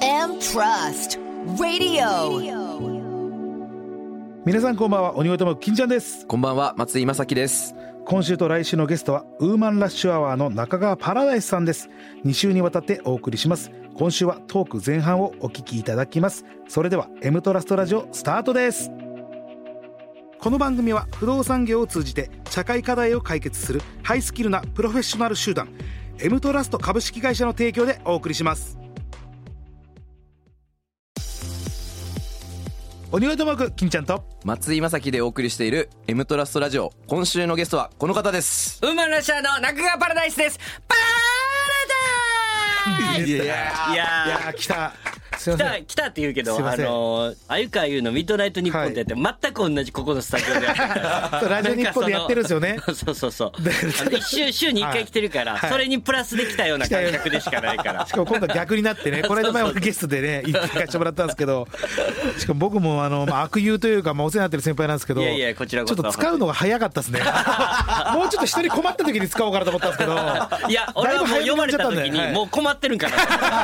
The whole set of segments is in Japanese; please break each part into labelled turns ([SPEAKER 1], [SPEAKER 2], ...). [SPEAKER 1] FM Trust Radio.
[SPEAKER 2] 皆さんこんばんは鬼越トマホーク金ちゃんです
[SPEAKER 3] こんばんは、松井正樹です。
[SPEAKER 2] 今週と来週のゲストはウーマンラッシュアワーの中川パラダイスさんです2週にわたってお送りします今週はトーク前半をお聞きいただきますそれでは M トラストラジオスタートですこの番組は不動産業を通じて社会課題を解決するハイスキルなプロフェッショナル集団 M トラスト株式会社の提供でお送りします鬼越トマホーク金ちゃんと
[SPEAKER 3] 松井正樹でお送りしている M トラストラジオ。今週のゲストはこの方です。
[SPEAKER 4] ウーマンラッシャーの中川パラダイスですパラダイス
[SPEAKER 2] いやいや
[SPEAKER 4] いや
[SPEAKER 2] あ来たすいませ
[SPEAKER 4] ー来た
[SPEAKER 2] ん
[SPEAKER 4] 来たって言うけど
[SPEAKER 2] すいま
[SPEAKER 4] あ
[SPEAKER 2] せん
[SPEAKER 4] のー鮎川優の「ミッドナイトニッポン」ってやって、全く同じここのスタジオで
[SPEAKER 2] ラジオ日本でやってるんですよね
[SPEAKER 4] なん かそのそう そうそうあの一週週に一回来てるから、
[SPEAKER 2] はいはい
[SPEAKER 4] それにプラスできたような感覚でしかないから
[SPEAKER 2] しかも今度は逆にな ってね、この間前もゲストでね、行かせてもらったんですけど、しかも僕もあの、まあ、悪友というか、まあ、お世話になってる先輩なんですけど、
[SPEAKER 4] いやいやこちらこ
[SPEAKER 2] ちょ
[SPEAKER 4] そ
[SPEAKER 2] っと使うのが早かった ですね。もうちょっと人に困った時に使おうかなと思ったんですけど、
[SPEAKER 4] いや俺はもう
[SPEAKER 2] だいぶ早めに
[SPEAKER 4] 読まれた
[SPEAKER 2] やっ
[SPEAKER 4] 時
[SPEAKER 2] ちゃったんで
[SPEAKER 4] にもう困ってるんか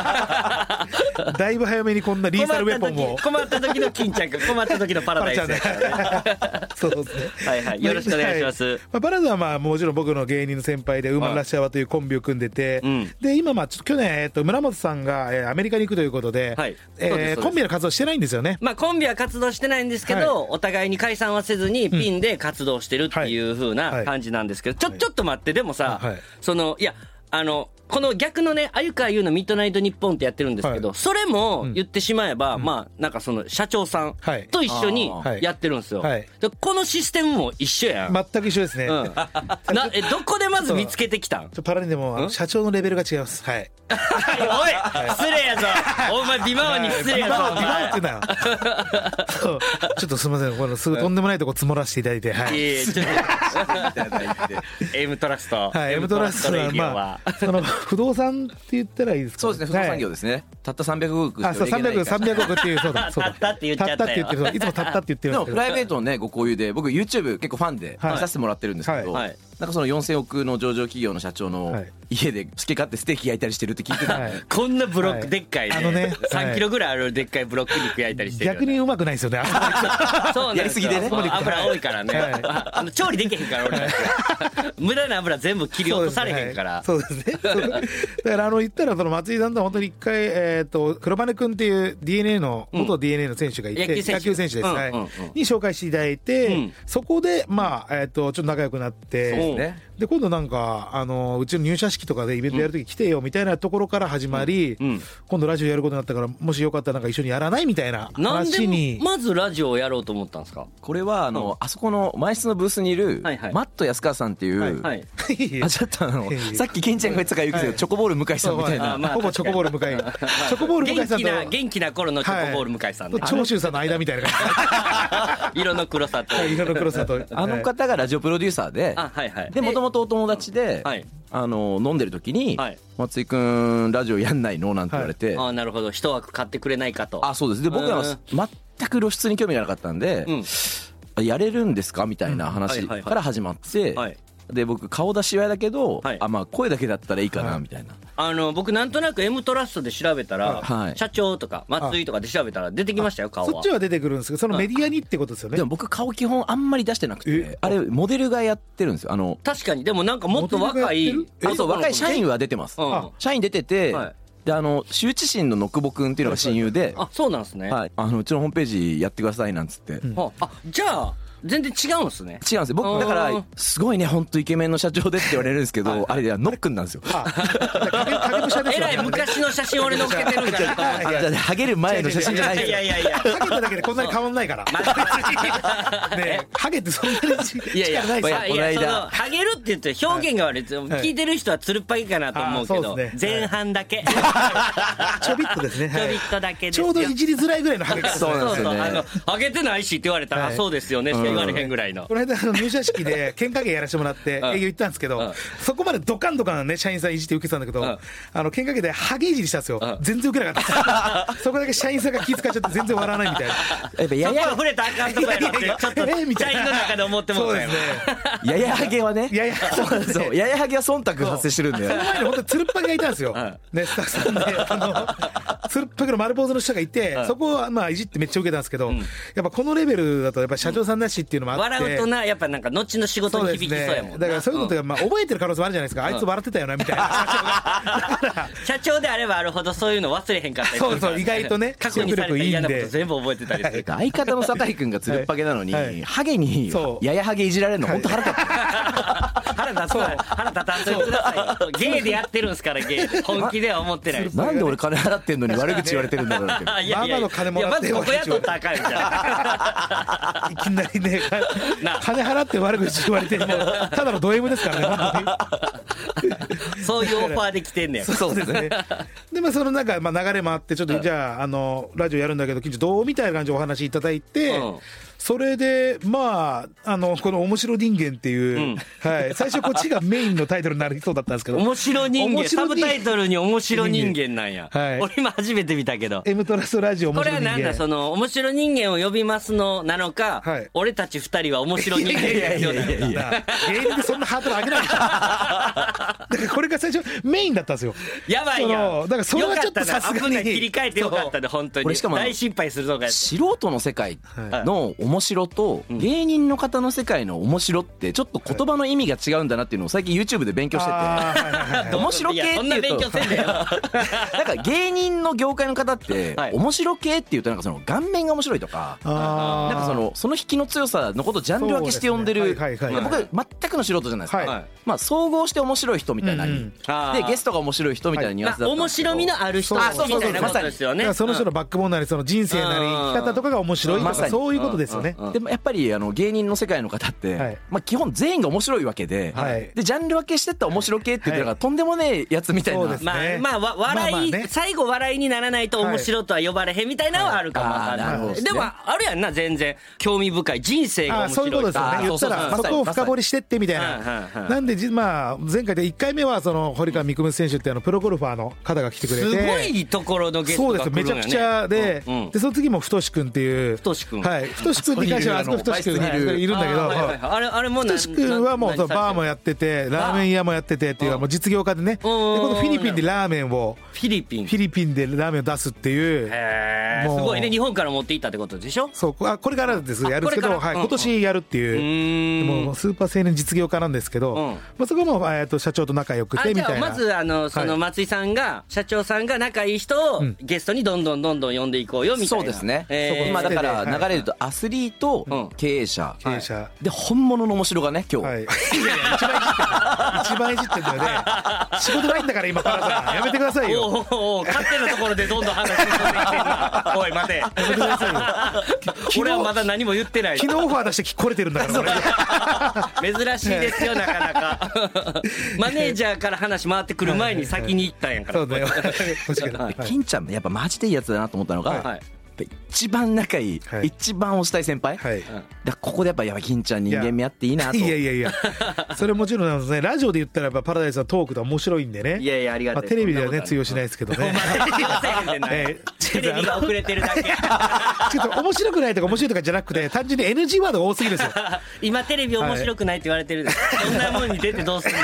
[SPEAKER 4] な
[SPEAKER 2] だいぶ早めにこんなリーサルウェポン
[SPEAKER 4] 困
[SPEAKER 2] を
[SPEAKER 4] っ。た時困った時の金ちゃんか困った時のパラダイスやからね
[SPEAKER 2] そうですね。
[SPEAKER 4] はいはいよろしくお願いします
[SPEAKER 2] はまあ、バラズはまあもちろん僕の芸人の先輩でウーマンラッシャーはというコンビを組んでて、
[SPEAKER 4] うん
[SPEAKER 2] で今まあちょっと去年えっと村本さんがえーアメリカに行くということで、
[SPEAKER 4] はいそうですそう
[SPEAKER 2] え
[SPEAKER 4] で
[SPEAKER 2] ー
[SPEAKER 4] す
[SPEAKER 2] コンビの活動してないんですよね。
[SPEAKER 4] まあ、コンビは活動してないんですけど、
[SPEAKER 2] は
[SPEAKER 4] お互いに解散はせずに、ピンで活動してるっていう風
[SPEAKER 2] はいは
[SPEAKER 4] ない感じなんですけど、ちょ、ちょっと待って、でもさ、
[SPEAKER 2] はい
[SPEAKER 4] その、いや、あの、この逆のね、あゆかゆのミッドナイトニッポンってやってるんですけど、
[SPEAKER 2] は
[SPEAKER 4] それも言ってしまえば、まあ、なんかその、社長さん
[SPEAKER 2] はい
[SPEAKER 4] と一緒に
[SPEAKER 2] あー
[SPEAKER 4] やってるんですよ。
[SPEAKER 2] はい
[SPEAKER 4] でこのシステムも一緒やん。
[SPEAKER 2] 全く一緒ですね。
[SPEAKER 4] うん、なえどこでまず見つけて きたん
[SPEAKER 2] ちょパラにでもあの社長のレベルが違います。はい。
[SPEAKER 4] おい失礼やぞお前美魔王に失礼やぞお
[SPEAKER 2] ビバ
[SPEAKER 4] 前
[SPEAKER 2] ってな。そうちょっとすみません、このすぐとんでもないとこ積もらせていただいて、はい。
[SPEAKER 4] いやいやちょっと M トラスト
[SPEAKER 2] はい、エムトラスト
[SPEAKER 4] レ
[SPEAKER 2] は
[SPEAKER 4] ディオ
[SPEAKER 2] まあ、その不動産って言ったらいいですか。
[SPEAKER 3] そうですね、不動産業ですね。たった300億
[SPEAKER 2] あ、そう、三百、三百億っていう、 そうだ、そうだ。
[SPEAKER 4] たったって言っちゃったよ
[SPEAKER 2] たって言ってる、いつもたったって言って
[SPEAKER 3] で
[SPEAKER 2] るんで
[SPEAKER 3] も
[SPEAKER 2] すけ
[SPEAKER 3] プ
[SPEAKER 2] ど。
[SPEAKER 3] ライベートのねご交流で僕 YouTube 結構ファンで
[SPEAKER 2] はい
[SPEAKER 3] 見させてもらってるんですけど、
[SPEAKER 4] はいはい
[SPEAKER 3] なんかその4000億の上場企業の社長の
[SPEAKER 2] はい
[SPEAKER 3] 家で好き勝手ステーキ焼いたりしてるって聞いてた、
[SPEAKER 2] はい
[SPEAKER 4] こんなブロッ
[SPEAKER 2] はい
[SPEAKER 4] クでっかいね
[SPEAKER 2] あのねはい
[SPEAKER 4] 3キロぐらいあるでっかいブロック肉焼いたりしてるよ
[SPEAKER 2] 逆
[SPEAKER 4] ね
[SPEAKER 2] にうまくないですよね。あ
[SPEAKER 4] そうなん
[SPEAKER 3] やりすぎでね
[SPEAKER 4] そう油多いからね
[SPEAKER 2] はい
[SPEAKER 4] あの調理できへんか ら俺たちは無駄な油全部切り 落とされへんから
[SPEAKER 2] そうですね。はいそうですねだからあの言ったらその松井さんとは本当に一回えっと黒羽君っていう DNA の元 DNA の選手がいて
[SPEAKER 4] 野球選手
[SPEAKER 2] 野球選手です。
[SPEAKER 4] うん
[SPEAKER 2] はい
[SPEAKER 4] うんうん
[SPEAKER 2] に紹介していただいうて
[SPEAKER 4] ん
[SPEAKER 2] そこでまあえっとちょっと仲良くなって
[SPEAKER 4] そう
[SPEAKER 3] ね
[SPEAKER 2] で今度なんかあのうちの入社式とかでイベントやるとき来てよみたいなところから始まり
[SPEAKER 4] うんうん
[SPEAKER 2] 今度ラジオやることになったからもしよかったらなんか一緒にやらないみたいな
[SPEAKER 4] なん
[SPEAKER 2] 話
[SPEAKER 4] で
[SPEAKER 2] に
[SPEAKER 4] まずラジオをやろうと思ったんですか
[SPEAKER 3] これはあの、あそこの前室のブースにいる、
[SPEAKER 4] はいはい
[SPEAKER 3] マット安川さんっていう、
[SPEAKER 4] はい
[SPEAKER 3] あちょっとあの
[SPEAKER 2] いやいや
[SPEAKER 3] さっきケンちゃんが言ってたから言うけど、
[SPEAKER 2] はい
[SPEAKER 3] チョコボール向井さんみたいな
[SPEAKER 4] あまあ
[SPEAKER 2] ほぼチョコボール向かい。チョコボール向か
[SPEAKER 4] 元
[SPEAKER 2] いさん
[SPEAKER 4] 気
[SPEAKER 2] と。
[SPEAKER 4] な元気な頃のチョコボール向井さんね
[SPEAKER 2] はい長州さんの間みたいな感
[SPEAKER 4] 色の黒さと
[SPEAKER 2] じ。色の黒さと。
[SPEAKER 3] あの方がラジオプロデューサーで、
[SPEAKER 4] あはいはい
[SPEAKER 3] でもともとお友達で、
[SPEAKER 4] はい
[SPEAKER 3] あの飲んでる時に、
[SPEAKER 4] はい
[SPEAKER 3] 松井君ラジオやんないのなんて言われて、
[SPEAKER 4] あなるほど一枠買ってくれないかと
[SPEAKER 3] あそうですで僕
[SPEAKER 4] う
[SPEAKER 3] は
[SPEAKER 4] んうん
[SPEAKER 3] 全く露出に興味がなかったんで、
[SPEAKER 4] うん
[SPEAKER 3] やれるんですかみたいな
[SPEAKER 4] う
[SPEAKER 3] 話
[SPEAKER 4] んはいはいはい
[SPEAKER 3] から始まって、
[SPEAKER 4] はい
[SPEAKER 3] で僕顔出しは嫌だけど、
[SPEAKER 4] はい
[SPEAKER 3] あまあ声だけだったらいいか
[SPEAKER 2] は
[SPEAKER 3] ないみたいな、
[SPEAKER 4] あの僕なんとなく M トラストで調べたら、
[SPEAKER 3] はい
[SPEAKER 4] 社長とか松井とかで調べたら出てきましたよ顔
[SPEAKER 2] そ
[SPEAKER 4] は
[SPEAKER 2] っちは出てくるんですけど、そのメディアにってことですよね
[SPEAKER 3] で。も僕顔基本あんまり出してなく
[SPEAKER 2] え
[SPEAKER 3] てあれモデルがやってるんですよあの
[SPEAKER 4] 確かにでもなんかもっと若
[SPEAKER 2] モデ
[SPEAKER 4] い
[SPEAKER 2] ルがやってる
[SPEAKER 3] あそう若い社員
[SPEAKER 4] は
[SPEAKER 3] は出てます、
[SPEAKER 4] うん
[SPEAKER 2] あ
[SPEAKER 3] 社員出てて、
[SPEAKER 4] はい
[SPEAKER 3] であの羞恥心の野久保くんっていうのが親友で、
[SPEAKER 4] あそうなんですね、
[SPEAKER 3] はい、あのうちのホームページやってくださいなんつって、違うんで
[SPEAKER 4] はあじゃあ全然違うんですね
[SPEAKER 3] すよ僕だか
[SPEAKER 4] う
[SPEAKER 3] ら
[SPEAKER 4] ん
[SPEAKER 3] すごいね本当イケメンの社長でって言われるんですけどあれではノックンなんですよ
[SPEAKER 2] あ、影影武者です
[SPEAKER 4] え
[SPEAKER 2] よ
[SPEAKER 4] らい
[SPEAKER 2] ね。
[SPEAKER 4] 昔の写真俺載っけてる んかなと思っ
[SPEAKER 3] あじゃあハゲる前の写真じゃない
[SPEAKER 4] ていやいやいや
[SPEAKER 2] ハゲただけでこんなに変わんない から。ねえハゲってそんなに力 ない
[SPEAKER 4] いやいや、
[SPEAKER 2] ですよ
[SPEAKER 4] まあい
[SPEAKER 3] この
[SPEAKER 4] や、
[SPEAKER 3] 間
[SPEAKER 4] その、ハゲるって言って表現が悪い。聞いてる人はつるっぱげかなと思うけ
[SPEAKER 2] あそ
[SPEAKER 4] ど
[SPEAKER 2] うです、ねはい
[SPEAKER 4] 前半だけ。
[SPEAKER 2] ちょびっとですね。
[SPEAKER 4] ちょ
[SPEAKER 2] は
[SPEAKER 4] びっと
[SPEAKER 2] い
[SPEAKER 4] だけです
[SPEAKER 2] ち
[SPEAKER 4] よ
[SPEAKER 2] ょうどいじりづらいぐらいのハゲ方です
[SPEAKER 3] そうなんですよね
[SPEAKER 4] あの、ハゲてないしって言われたら、
[SPEAKER 2] はい
[SPEAKER 4] あそうですよねしか言われへんぐらいの。
[SPEAKER 2] この間あの入社式で 喧嘩芸やらせてもらって営
[SPEAKER 4] ん
[SPEAKER 2] 業行ったんですけ
[SPEAKER 4] うん
[SPEAKER 2] ど、そこまでドカンドカンね、社員さんいじって受けてたんだけど、
[SPEAKER 4] ん
[SPEAKER 2] あの喧嘩芸でハゲいじりしたんですよ
[SPEAKER 4] ん。
[SPEAKER 2] 全然受けなかった です。そこだけ社員さんが気遣っちゃって全然笑わないみたいな。
[SPEAKER 3] やっぱ
[SPEAKER 4] ちょ
[SPEAKER 3] や
[SPEAKER 4] っと
[SPEAKER 3] や
[SPEAKER 4] 触れたらあかんとこやなって、ちょっと、
[SPEAKER 2] えーみた
[SPEAKER 4] 社
[SPEAKER 2] いな
[SPEAKER 4] 員の中で思っても
[SPEAKER 2] そう
[SPEAKER 4] うた
[SPEAKER 2] で
[SPEAKER 4] よ
[SPEAKER 2] すね。
[SPEAKER 3] ややハゲはね
[SPEAKER 2] いやいや、そうなんですよ
[SPEAKER 3] そうややハゲは忖度発生してるんで
[SPEAKER 2] その前に本当につるっぱげがいたんですよ。ね、スタッフさんで、あの、つるっぱけの丸坊主の人がいて、
[SPEAKER 4] うん
[SPEAKER 2] そこはまあいじってめっちゃ受けたんですけど、
[SPEAKER 4] うん
[SPEAKER 2] やっぱこのレベルだとやっぱ社長さんだしっていうのもあって、
[SPEAKER 4] 笑うとな、やっぱなんか、後の仕事
[SPEAKER 2] そうで
[SPEAKER 4] に
[SPEAKER 2] す
[SPEAKER 4] 響き
[SPEAKER 2] ね
[SPEAKER 4] そうやもんな。
[SPEAKER 2] だからそういうのとか、まあ、覚えてる可能性もあるじゃないですか、あいつ笑ってたよなみたい な社長がだから
[SPEAKER 4] 社長であればあるほどそういうの忘れへんかったりするから
[SPEAKER 2] そうそう意外とね
[SPEAKER 4] 過去にされた嫌なこと全部覚えてたりする
[SPEAKER 3] てか相方の酒井君がつるっぱげなのに、
[SPEAKER 2] はいはい
[SPEAKER 3] ハゲに
[SPEAKER 2] そう
[SPEAKER 3] ややハゲいじられるの
[SPEAKER 2] はい
[SPEAKER 3] 本当腹立った
[SPEAKER 4] 腹立つわ腹立たんといてくださいゲイでやってるんすからゲイ本気では思ってないです
[SPEAKER 3] なんで俺金払ってんのに悪口言われてるんだろうって
[SPEAKER 4] いやいや
[SPEAKER 2] ママの金もらって
[SPEAKER 4] いやまずここ雇ったらあかんよじゃん
[SPEAKER 2] いきなりね
[SPEAKER 4] なあ
[SPEAKER 2] 金払って悪口言われてもうただのド M ですからね本当に
[SPEAKER 4] そういうオファーで来てんねや
[SPEAKER 3] そうですね
[SPEAKER 2] でまあその中、まあ、流れもあってちょっとじゃああのラジオやるんだけど近所どうみたいな感じでお話いただいて、
[SPEAKER 4] うん
[SPEAKER 2] それでまああのこの「面白人間」っていう、はい、最初こっちがメインのタイトルになりそうだったんですけど
[SPEAKER 4] 面白人
[SPEAKER 2] 面
[SPEAKER 4] 間
[SPEAKER 2] 白
[SPEAKER 4] サ
[SPEAKER 2] 人
[SPEAKER 4] ブタイトルに面白人間なんや
[SPEAKER 2] はい
[SPEAKER 4] 俺今初めて見たけど
[SPEAKER 2] 「M トラストラジオ面
[SPEAKER 4] これ
[SPEAKER 2] 白人
[SPEAKER 4] は
[SPEAKER 2] 間」
[SPEAKER 4] なんだその面白人間を呼びますのなのか
[SPEAKER 2] はい
[SPEAKER 4] 俺たち二人は面白人間ですよなの
[SPEAKER 2] だ
[SPEAKER 4] か
[SPEAKER 2] から芸人でそんなハードル上げないでしょだからこれが最初メインだったんですよ
[SPEAKER 4] やばい
[SPEAKER 2] そ
[SPEAKER 4] や
[SPEAKER 2] のだからそれはちょっとさすがに
[SPEAKER 4] よかったな危ない切り替えてよかったで本当
[SPEAKER 3] こ
[SPEAKER 4] に
[SPEAKER 3] れしかも
[SPEAKER 4] 大心配するとかやって
[SPEAKER 3] 素人の世界の面白と芸人の方の世界の面白ってちょっと言葉の意味が違うんだなっていうのを最近 YouTube で勉強してて
[SPEAKER 2] あーはいはいはい
[SPEAKER 3] 面白系っていうと
[SPEAKER 4] そんな勉強せん だよ
[SPEAKER 3] なんか芸人の業界の方って
[SPEAKER 4] はい
[SPEAKER 3] 面白系っていうとなんかその顔面が面白いとか
[SPEAKER 2] あー
[SPEAKER 3] なんかそのその引きの強さのことをジャンル分けして呼んで
[SPEAKER 2] そう
[SPEAKER 3] る
[SPEAKER 2] ですねはいはい
[SPEAKER 3] いや
[SPEAKER 2] はい
[SPEAKER 3] 僕全くの素人じゃないですか、
[SPEAKER 2] はい
[SPEAKER 3] まあ、総合して面白い人みたいな、
[SPEAKER 2] うんうん
[SPEAKER 4] あ
[SPEAKER 3] で
[SPEAKER 4] ー
[SPEAKER 3] ゲストが面白い人みたいなニュアンスだ
[SPEAKER 4] ま
[SPEAKER 3] った
[SPEAKER 4] あ
[SPEAKER 3] ん
[SPEAKER 4] 面
[SPEAKER 3] ですけど
[SPEAKER 4] 白みのある人
[SPEAKER 2] そうそうそう
[SPEAKER 4] みたいなことですよ
[SPEAKER 2] だ
[SPEAKER 4] ね
[SPEAKER 2] からその人のバックボーンなりその人生なり
[SPEAKER 4] うん
[SPEAKER 2] 生き方とかが面白いと
[SPEAKER 3] まさ
[SPEAKER 2] か
[SPEAKER 3] に
[SPEAKER 2] そういうことですよね
[SPEAKER 4] うんうんうん
[SPEAKER 3] でもやっぱりあの芸人の世界の方って、
[SPEAKER 2] はい
[SPEAKER 3] まあ、基本全員が面白いわけで,、
[SPEAKER 2] はい
[SPEAKER 3] でジャンル分けしてった面白系って言ってたから、
[SPEAKER 2] はい
[SPEAKER 3] とんでもねえやつみたいな
[SPEAKER 2] そうです
[SPEAKER 4] ま
[SPEAKER 2] ね
[SPEAKER 4] あまあわ笑い、
[SPEAKER 2] まあまあね
[SPEAKER 4] 最後笑いにならないと面白とは呼ばれへんみたいなのはあるかもわかんな
[SPEAKER 3] はいあ
[SPEAKER 4] い、
[SPEAKER 3] ーなるほどですね
[SPEAKER 4] でもあるやんな全然興味深い人生が
[SPEAKER 2] あ
[SPEAKER 4] 面
[SPEAKER 2] ーそう
[SPEAKER 4] 白
[SPEAKER 2] い
[SPEAKER 4] い
[SPEAKER 2] ことで
[SPEAKER 4] う
[SPEAKER 2] すよね
[SPEAKER 3] あー
[SPEAKER 2] 言った
[SPEAKER 3] そう
[SPEAKER 2] ら
[SPEAKER 3] そう
[SPEAKER 2] そ
[SPEAKER 3] そう
[SPEAKER 2] こを深掘りしてってみたい
[SPEAKER 4] まさにまさ
[SPEAKER 2] な
[SPEAKER 4] に
[SPEAKER 2] なんでじまあ前回で1回目はその堀川未来夢選手ってあのプロゴルファーの方が来てくれて
[SPEAKER 4] すごいところのゲス
[SPEAKER 2] そう
[SPEAKER 4] ト
[SPEAKER 2] で
[SPEAKER 4] が
[SPEAKER 2] す
[SPEAKER 4] 来
[SPEAKER 2] め
[SPEAKER 4] るん
[SPEAKER 2] ち
[SPEAKER 4] よ
[SPEAKER 2] ゃ
[SPEAKER 4] ね
[SPEAKER 2] くちゃで、
[SPEAKER 4] うん
[SPEAKER 2] でその次も太志くんっていう
[SPEAKER 4] 太志くん
[SPEAKER 2] はい太志くんって会社はあ
[SPEAKER 3] あ
[SPEAKER 2] そ
[SPEAKER 3] そ
[SPEAKER 2] こ
[SPEAKER 3] こ
[SPEAKER 2] 太志くん
[SPEAKER 3] に
[SPEAKER 2] い
[SPEAKER 3] いる
[SPEAKER 2] るいるんだけど
[SPEAKER 4] あーはいはい
[SPEAKER 2] はい
[SPEAKER 4] はいあれあれもな
[SPEAKER 2] 太志くんはもうそうバーも
[SPEAKER 4] や
[SPEAKER 2] やっててラーメン屋もやっててっていう
[SPEAKER 4] バー
[SPEAKER 2] もう実業家でねで
[SPEAKER 4] うん
[SPEAKER 2] このフィリピンでラーメンを
[SPEAKER 4] フィリピン
[SPEAKER 2] フィリピンでラーメンを出すっていう
[SPEAKER 4] へー
[SPEAKER 2] もう
[SPEAKER 4] すごいね日本から持っていったってことでしょ
[SPEAKER 2] そうこあこれからですやるんですけ
[SPEAKER 4] こ
[SPEAKER 2] ど
[SPEAKER 4] れか
[SPEAKER 2] は
[SPEAKER 4] ら
[SPEAKER 2] い
[SPEAKER 4] うん
[SPEAKER 2] 今年やるって
[SPEAKER 4] う
[SPEAKER 2] いう
[SPEAKER 4] ーん
[SPEAKER 2] もうスーパー青年実業家なんですけど
[SPEAKER 4] うん
[SPEAKER 2] まあそこもえーと社長と仲良く
[SPEAKER 4] あ
[SPEAKER 2] てみ
[SPEAKER 4] じ
[SPEAKER 2] た
[SPEAKER 4] ゃあ
[SPEAKER 2] いな
[SPEAKER 4] まずあのそ
[SPEAKER 2] は
[SPEAKER 4] の
[SPEAKER 2] い
[SPEAKER 4] 松井さんが社長さんが仲いい人を
[SPEAKER 2] ん
[SPEAKER 4] ゲストにどんどんどんどん呼んでいこうよみたい
[SPEAKER 3] そ
[SPEAKER 4] な
[SPEAKER 3] うですね、
[SPEAKER 4] えー
[SPEAKER 2] そこ
[SPEAKER 3] 今だか
[SPEAKER 2] はい
[SPEAKER 3] ら流れるとアスリート、
[SPEAKER 4] うん
[SPEAKER 3] 経営者
[SPEAKER 2] 経営者
[SPEAKER 3] で本物の面白がね今日、
[SPEAKER 2] はい。いやいや 一番いじってんだよ。一番いじってんだよね。仕事ないんだから今、パラさん。やめてください
[SPEAKER 4] お
[SPEAKER 2] よ。
[SPEAKER 4] うおうおう勝手なところでどんどん話進んでいって んなおい待て
[SPEAKER 2] やめてくださいよ。
[SPEAKER 4] 俺はまだ何も言ってない
[SPEAKER 2] 昨日オファー出して来れてるんだから、俺
[SPEAKER 4] 珍しいですよなかな かマネージャーから話回ってくる前に先に行ったんやか
[SPEAKER 2] そ
[SPEAKER 4] ら
[SPEAKER 2] うだよ。確かに。
[SPEAKER 4] は
[SPEAKER 2] はいい
[SPEAKER 3] で金ちゃんねやっぱマジでいいやつだなと思ったのが、
[SPEAKER 4] は
[SPEAKER 3] やっ
[SPEAKER 4] い
[SPEAKER 3] ぱ一番仲いい、
[SPEAKER 2] はい
[SPEAKER 3] 一番推したい先輩、
[SPEAKER 2] はい。
[SPEAKER 3] だからここでやっぱやばい金ちゃん人間味あっていいなと
[SPEAKER 2] いやいやいや。それもちろんなんですね。ラジオで言ったらやっぱパラダイスのトークとか面白いんでね。
[SPEAKER 4] いやいやありがたい
[SPEAKER 2] まテレビでは
[SPEAKER 4] そんな
[SPEAKER 2] ね、
[SPEAKER 4] こと
[SPEAKER 2] 通用しないですけどね。ええ
[SPEAKER 4] テレビが遅れてるだ け
[SPEAKER 2] ちょっと面白くないとか面白いとかじゃなくて、単純に NG ワードが多すぎるんですよ。
[SPEAKER 4] 今テレビ面白くないって言われてるでそんなもんに出てどうす んの